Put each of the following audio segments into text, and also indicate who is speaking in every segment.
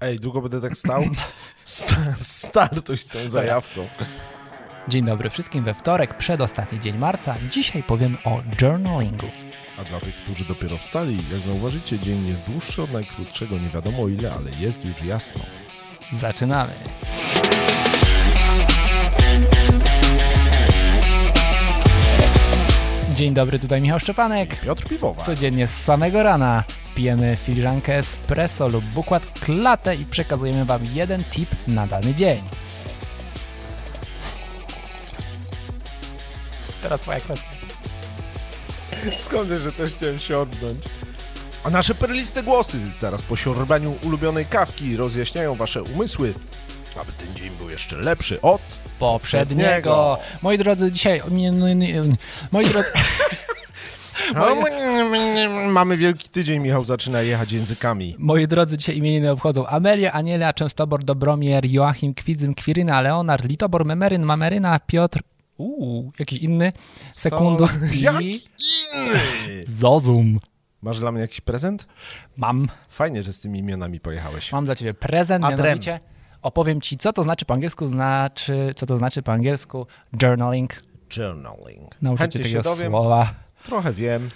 Speaker 1: Ej, długo będę tak stał? Sta- Startuj z tą zajawką.
Speaker 2: Dzień dobry wszystkim, we wtorek, przedostatni dzień marca. Dzisiaj powiem o journalingu.
Speaker 1: A dla tych, którzy dopiero wstali, jak zauważycie, dzień jest dłuższy od najkrótszego, nie wiadomo ile, ale jest już jasno.
Speaker 2: Zaczynamy! Dzień dobry, tutaj Michał Szczepanek.
Speaker 1: Piotr Piwowar.
Speaker 2: Codziennie z samego rana pijemy filiżankę espresso lub bukład klatę i przekazujemy Wam jeden tip na dany dzień. Teraz Twoja kwestia.
Speaker 1: Skąd, wiesz, że też chciałem się odnąć? A nasze perliste głosy zaraz po siorbaniu ulubionej kawki rozjaśniają wasze umysły, aby ten dzień był jeszcze lepszy od... Poprzedniego.
Speaker 2: poprzedniego. Moi drodzy, dzisiaj. nie, nie, nie, Moi drodzy.
Speaker 1: Mamy wielki tydzień, Michał zaczyna jechać językami.
Speaker 2: Moi drodzy, dzisiaj imieniny obchodzą Amelia, Aniela, Częstobor, Dobromier, Joachim, Kwidzyn, Kwiryna, Leonard, Litobor, Memeryn, Mameryna, Piotr, uuu, jakiś inny, Sekundus
Speaker 1: Jak
Speaker 2: i
Speaker 1: inny!
Speaker 2: Zozum.
Speaker 1: Masz dla mnie jakiś prezent?
Speaker 2: Mam,
Speaker 1: Fajnie, że z tymi imionami pojechałeś.
Speaker 2: mam dla ciebie prezent,
Speaker 1: Adrem.
Speaker 2: mianowicie opowiem ci, co to znaczy po angielsku, znaczy, co to znaczy po angielsku journaling.
Speaker 1: Journaling.
Speaker 2: Nauczę cię
Speaker 1: Chętnie się
Speaker 2: tego
Speaker 1: dowiem,
Speaker 2: słowa.
Speaker 1: trochę wiem.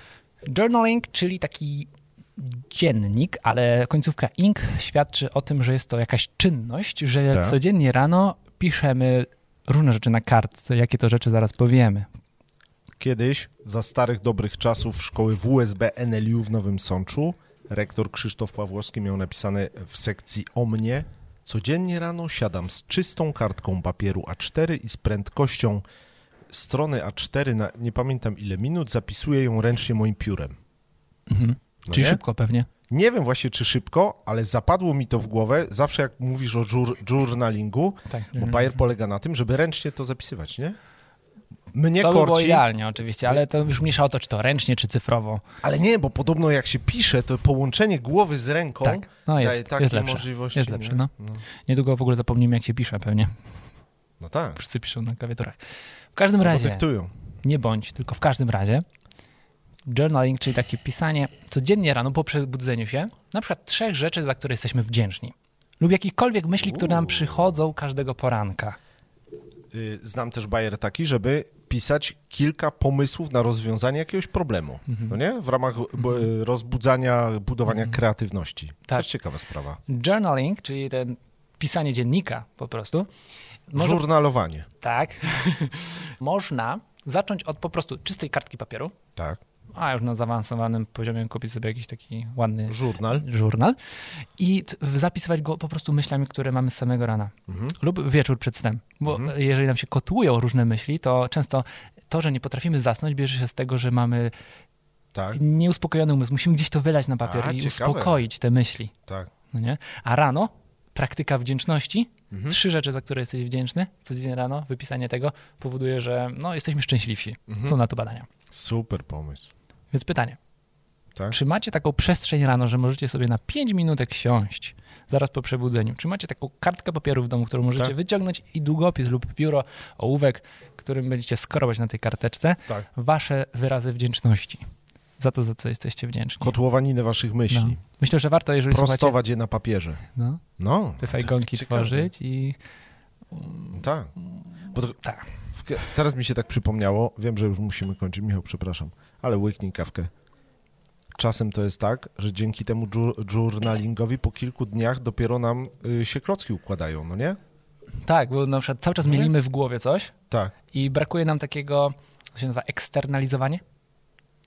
Speaker 2: Journaling, czyli taki dziennik, ale końcówka ink świadczy o tym, że jest to jakaś czynność, że
Speaker 1: Tak.
Speaker 2: codziennie rano piszemy różne rzeczy na kartce, jakie to rzeczy zaraz powiemy.
Speaker 1: Kiedyś, za starych dobrych czasów szkoły WSB NLU w Nowym Sączu, rektor Krzysztof Pawłowski miał napisane w sekcji o mnie codziennie rano siadam z czystą kartką papieru A4 i z prędkością strony A4 na nie pamiętam ile minut zapisuję ją ręcznie moim piórem. No
Speaker 2: Mhm. czyli
Speaker 1: nie?
Speaker 2: szybko pewnie.
Speaker 1: Nie wiem właśnie, czy szybko, ale zapadło mi to w głowę zawsze, jak mówisz o żur, journalingu,
Speaker 2: Tak.
Speaker 1: bo Bayer polega na tym, żeby ręcznie to zapisywać, nie? Mnie
Speaker 2: To by było
Speaker 1: korci,
Speaker 2: idealnie oczywiście, ale to już mniejsza o to, czy to ręcznie, czy cyfrowo.
Speaker 1: ale nie, bo podobno jak się pisze, to połączenie głowy z ręką
Speaker 2: Tak, no
Speaker 1: daje
Speaker 2: jest,
Speaker 1: takie
Speaker 2: jest lepsze.
Speaker 1: możliwości.
Speaker 2: Jest
Speaker 1: nie?
Speaker 2: lepsze, no.
Speaker 1: No.
Speaker 2: Niedługo w ogóle zapomnimy, jak się pisze pewnie.
Speaker 1: No tak,
Speaker 2: Wszyscy piszą na klawiaturach. W każdym
Speaker 1: bo
Speaker 2: razie...
Speaker 1: dyktują.
Speaker 2: nie bądź, tylko w każdym razie. Journaling, czyli takie pisanie codziennie rano po przebudzeniu się, na przykład trzech rzeczy, za które jesteśmy wdzięczni. Lub jakichkolwiek myśli, które nam przychodzą każdego poranka.
Speaker 1: Y, Znam też Bayer taki, żeby pisać kilka pomysłów na rozwiązanie jakiegoś problemu,
Speaker 2: Mhm.
Speaker 1: no nie? W ramach bo, y, rozbudzania, budowania kreatywności.
Speaker 2: Tak.
Speaker 1: Też ciekawa sprawa.
Speaker 2: Journaling, czyli ten pisanie dziennika po prostu, Może-
Speaker 1: Żurnalowanie,
Speaker 2: tak, można zacząć od po prostu czystej kartki papieru,
Speaker 1: tak.
Speaker 2: a już na zaawansowanym poziomie kupić sobie jakiś taki ładny
Speaker 1: Żurnal.
Speaker 2: żurnal i t- zapisywać go po prostu myślami, które mamy z samego rana
Speaker 1: Mhm.
Speaker 2: lub wieczór przed snem. Bo jeżeli nam się kotłują różne myśli, to często to, że nie potrafimy zasnąć, bierze się z tego, że mamy
Speaker 1: Tak,
Speaker 2: nieuspokojony umysł. Musimy gdzieś to wylać na papier
Speaker 1: A,
Speaker 2: i
Speaker 1: ciekawe.
Speaker 2: uspokoić te myśli.
Speaker 1: tak.
Speaker 2: No nie? A rano praktyka wdzięczności,
Speaker 1: Mhm.
Speaker 2: trzy rzeczy, za które jesteś wdzięczny, codziennie rano, wypisanie tego powoduje, że no, jesteśmy szczęśliwsi.
Speaker 1: Mhm.
Speaker 2: Są na to badania.
Speaker 1: Super pomysł.
Speaker 2: Więc pytanie.
Speaker 1: Tak.
Speaker 2: Czy macie taką przestrzeń rano, że możecie sobie na 5 minutek siąść zaraz po przebudzeniu? Czy macie taką kartkę papieru w domu, którą możecie
Speaker 1: Tak.
Speaker 2: wyciągnąć i długopis lub pióro, ołówek, którym będziecie skrobać na tej karteczce
Speaker 1: Tak.
Speaker 2: wasze wyrazy wdzięczności za to, za co jesteście wdzięczni?
Speaker 1: Kotłowaninę waszych
Speaker 2: No.
Speaker 1: myśli.
Speaker 2: Myślę, że warto, jeżeli słuchacie
Speaker 1: Prostować je na papierze.
Speaker 2: no,
Speaker 1: No.
Speaker 2: te
Speaker 1: tak,
Speaker 2: sajgonki
Speaker 1: ciekawe.
Speaker 2: tworzyć i
Speaker 1: Tak. Bo to,
Speaker 2: tak.
Speaker 1: w, teraz mi się tak przypomniało, wiem, że już musimy kończyć, Michał, przepraszam, ale łyknij kawkę. Czasem to jest tak, że dzięki temu dżur, journalingowi po kilku dniach dopiero nam y, się klocki układają, no nie?
Speaker 2: Tak, bo na przykład cały czas
Speaker 1: Mhm.
Speaker 2: mielimy w głowie coś
Speaker 1: Tak.
Speaker 2: i brakuje nam takiego, co się nazywa eksternalizowanie?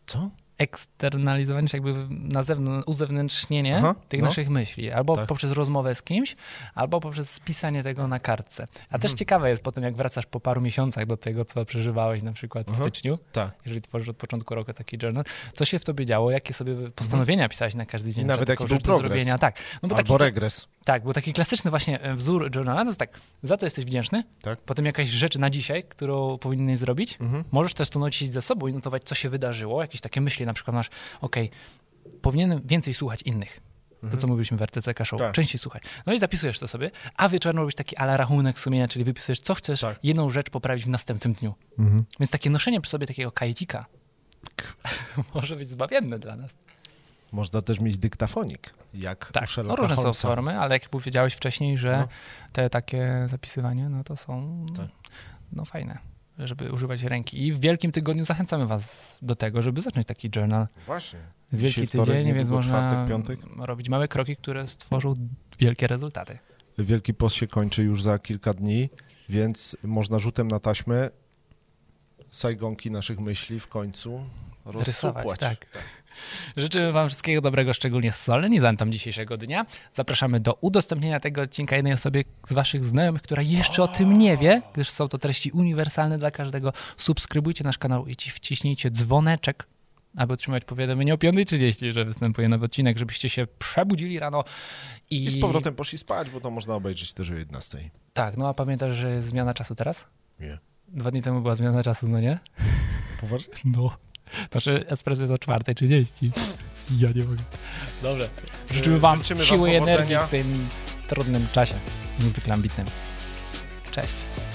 Speaker 1: Co?
Speaker 2: eksternalizowanie, czy jakby na zewnątrz, uzewnętrznienie
Speaker 1: Aha,
Speaker 2: tych
Speaker 1: no.
Speaker 2: naszych myśli, albo
Speaker 1: Tak.
Speaker 2: poprzez rozmowę z kimś, albo poprzez spisanie tego na kartce. A też
Speaker 1: Mhm.
Speaker 2: ciekawe jest potem, jak wracasz po paru miesiącach do tego, co przeżywałeś na przykład w
Speaker 1: Aha.
Speaker 2: styczniu,
Speaker 1: Tak.
Speaker 2: jeżeli tworzysz od początku roku taki journal, co się w tobie działo, jakie sobie postanowienia pisałeś na każdy dzień.
Speaker 1: I
Speaker 2: że
Speaker 1: nawet
Speaker 2: taką
Speaker 1: jaki był
Speaker 2: rzecz do
Speaker 1: progres.
Speaker 2: zrobienia. Tak, no bo taki,
Speaker 1: Albo regres.
Speaker 2: tak, bo taki klasyczny właśnie e, wzór journala to jest tak, za to jesteś wdzięczny,
Speaker 1: Tak. Mhm.
Speaker 2: potem jakaś rzecz na dzisiaj, którą powinieneś zrobić. Możesz też to nosić ze sobą i notować, co się wydarzyło, jakieś takie myśli, na przykład masz, okej, powinienem więcej słuchać innych. To, co mówiliśmy w RTC Show,
Speaker 1: Mhm. Tak.
Speaker 2: częściej słuchać. No i zapisujesz to sobie, a wieczorem robisz taki ala rachunek sumienia, czyli wypisujesz, co chcesz,
Speaker 1: Tak.
Speaker 2: jedną rzecz poprawić w następnym dniu. Więc takie noszenie przy sobie takiego kajecika może być zbawienne dla nas.
Speaker 1: Można też mieć dyktafonik, jak
Speaker 2: Tak,
Speaker 1: u
Speaker 2: no
Speaker 1: Sherlocka
Speaker 2: różne są
Speaker 1: Holmesa.
Speaker 2: formy, ale jak powiedziałeś wcześniej, że
Speaker 1: No.
Speaker 2: te takie zapisywanie, no to są
Speaker 1: Tak.
Speaker 2: no fajne, żeby używać ręki. I w Wielkim Tygodniu zachęcamy was do tego, żeby zacząć taki journal.
Speaker 1: Właśnie.
Speaker 2: Jest
Speaker 1: Dzisiaj
Speaker 2: Wielki
Speaker 1: wtorek,
Speaker 2: Tydzień, więc
Speaker 1: niedługo
Speaker 2: można
Speaker 1: czwartek, piątek.
Speaker 2: robić małe kroki, które stworzą wielkie rezultaty.
Speaker 1: Wielki post się kończy już za kilka dni, więc można rzutem na taśmę sajgonki naszych myśli w końcu rozsupłać.
Speaker 2: Rysować, tak. Życzymy Wam wszystkiego dobrego, szczególnie z solenizantom dzisiejszego dnia. Zapraszamy do udostępnienia tego odcinka jednej osobie z Waszych znajomych, która jeszcze o tym nie wie, gdyż są to treści uniwersalne dla każdego. Subskrybujcie nasz kanał i ci wciśnijcie dzwoneczek, aby otrzymać powiadomienie o 5.30, że występuje nowy odcinek, żebyście się przebudzili rano i...
Speaker 1: I z powrotem poszli spać, bo to można obejrzeć też o 11.
Speaker 2: Tak, no a pamiętasz, że jest zmiana czasu teraz?
Speaker 1: Nie.
Speaker 2: Dwa dni temu była zmiana czasu, no nie?
Speaker 1: Poważnie?
Speaker 2: No. Znaczy espresso jest o 4.30. Ja nie mogę. Dobrze. Życzymy
Speaker 1: Yy,
Speaker 2: Wam
Speaker 1: życzymy wam
Speaker 2: siły i energii
Speaker 1: powodzenia.
Speaker 2: w tym trudnym czasie. Niezwykle ambitnym. Cześć.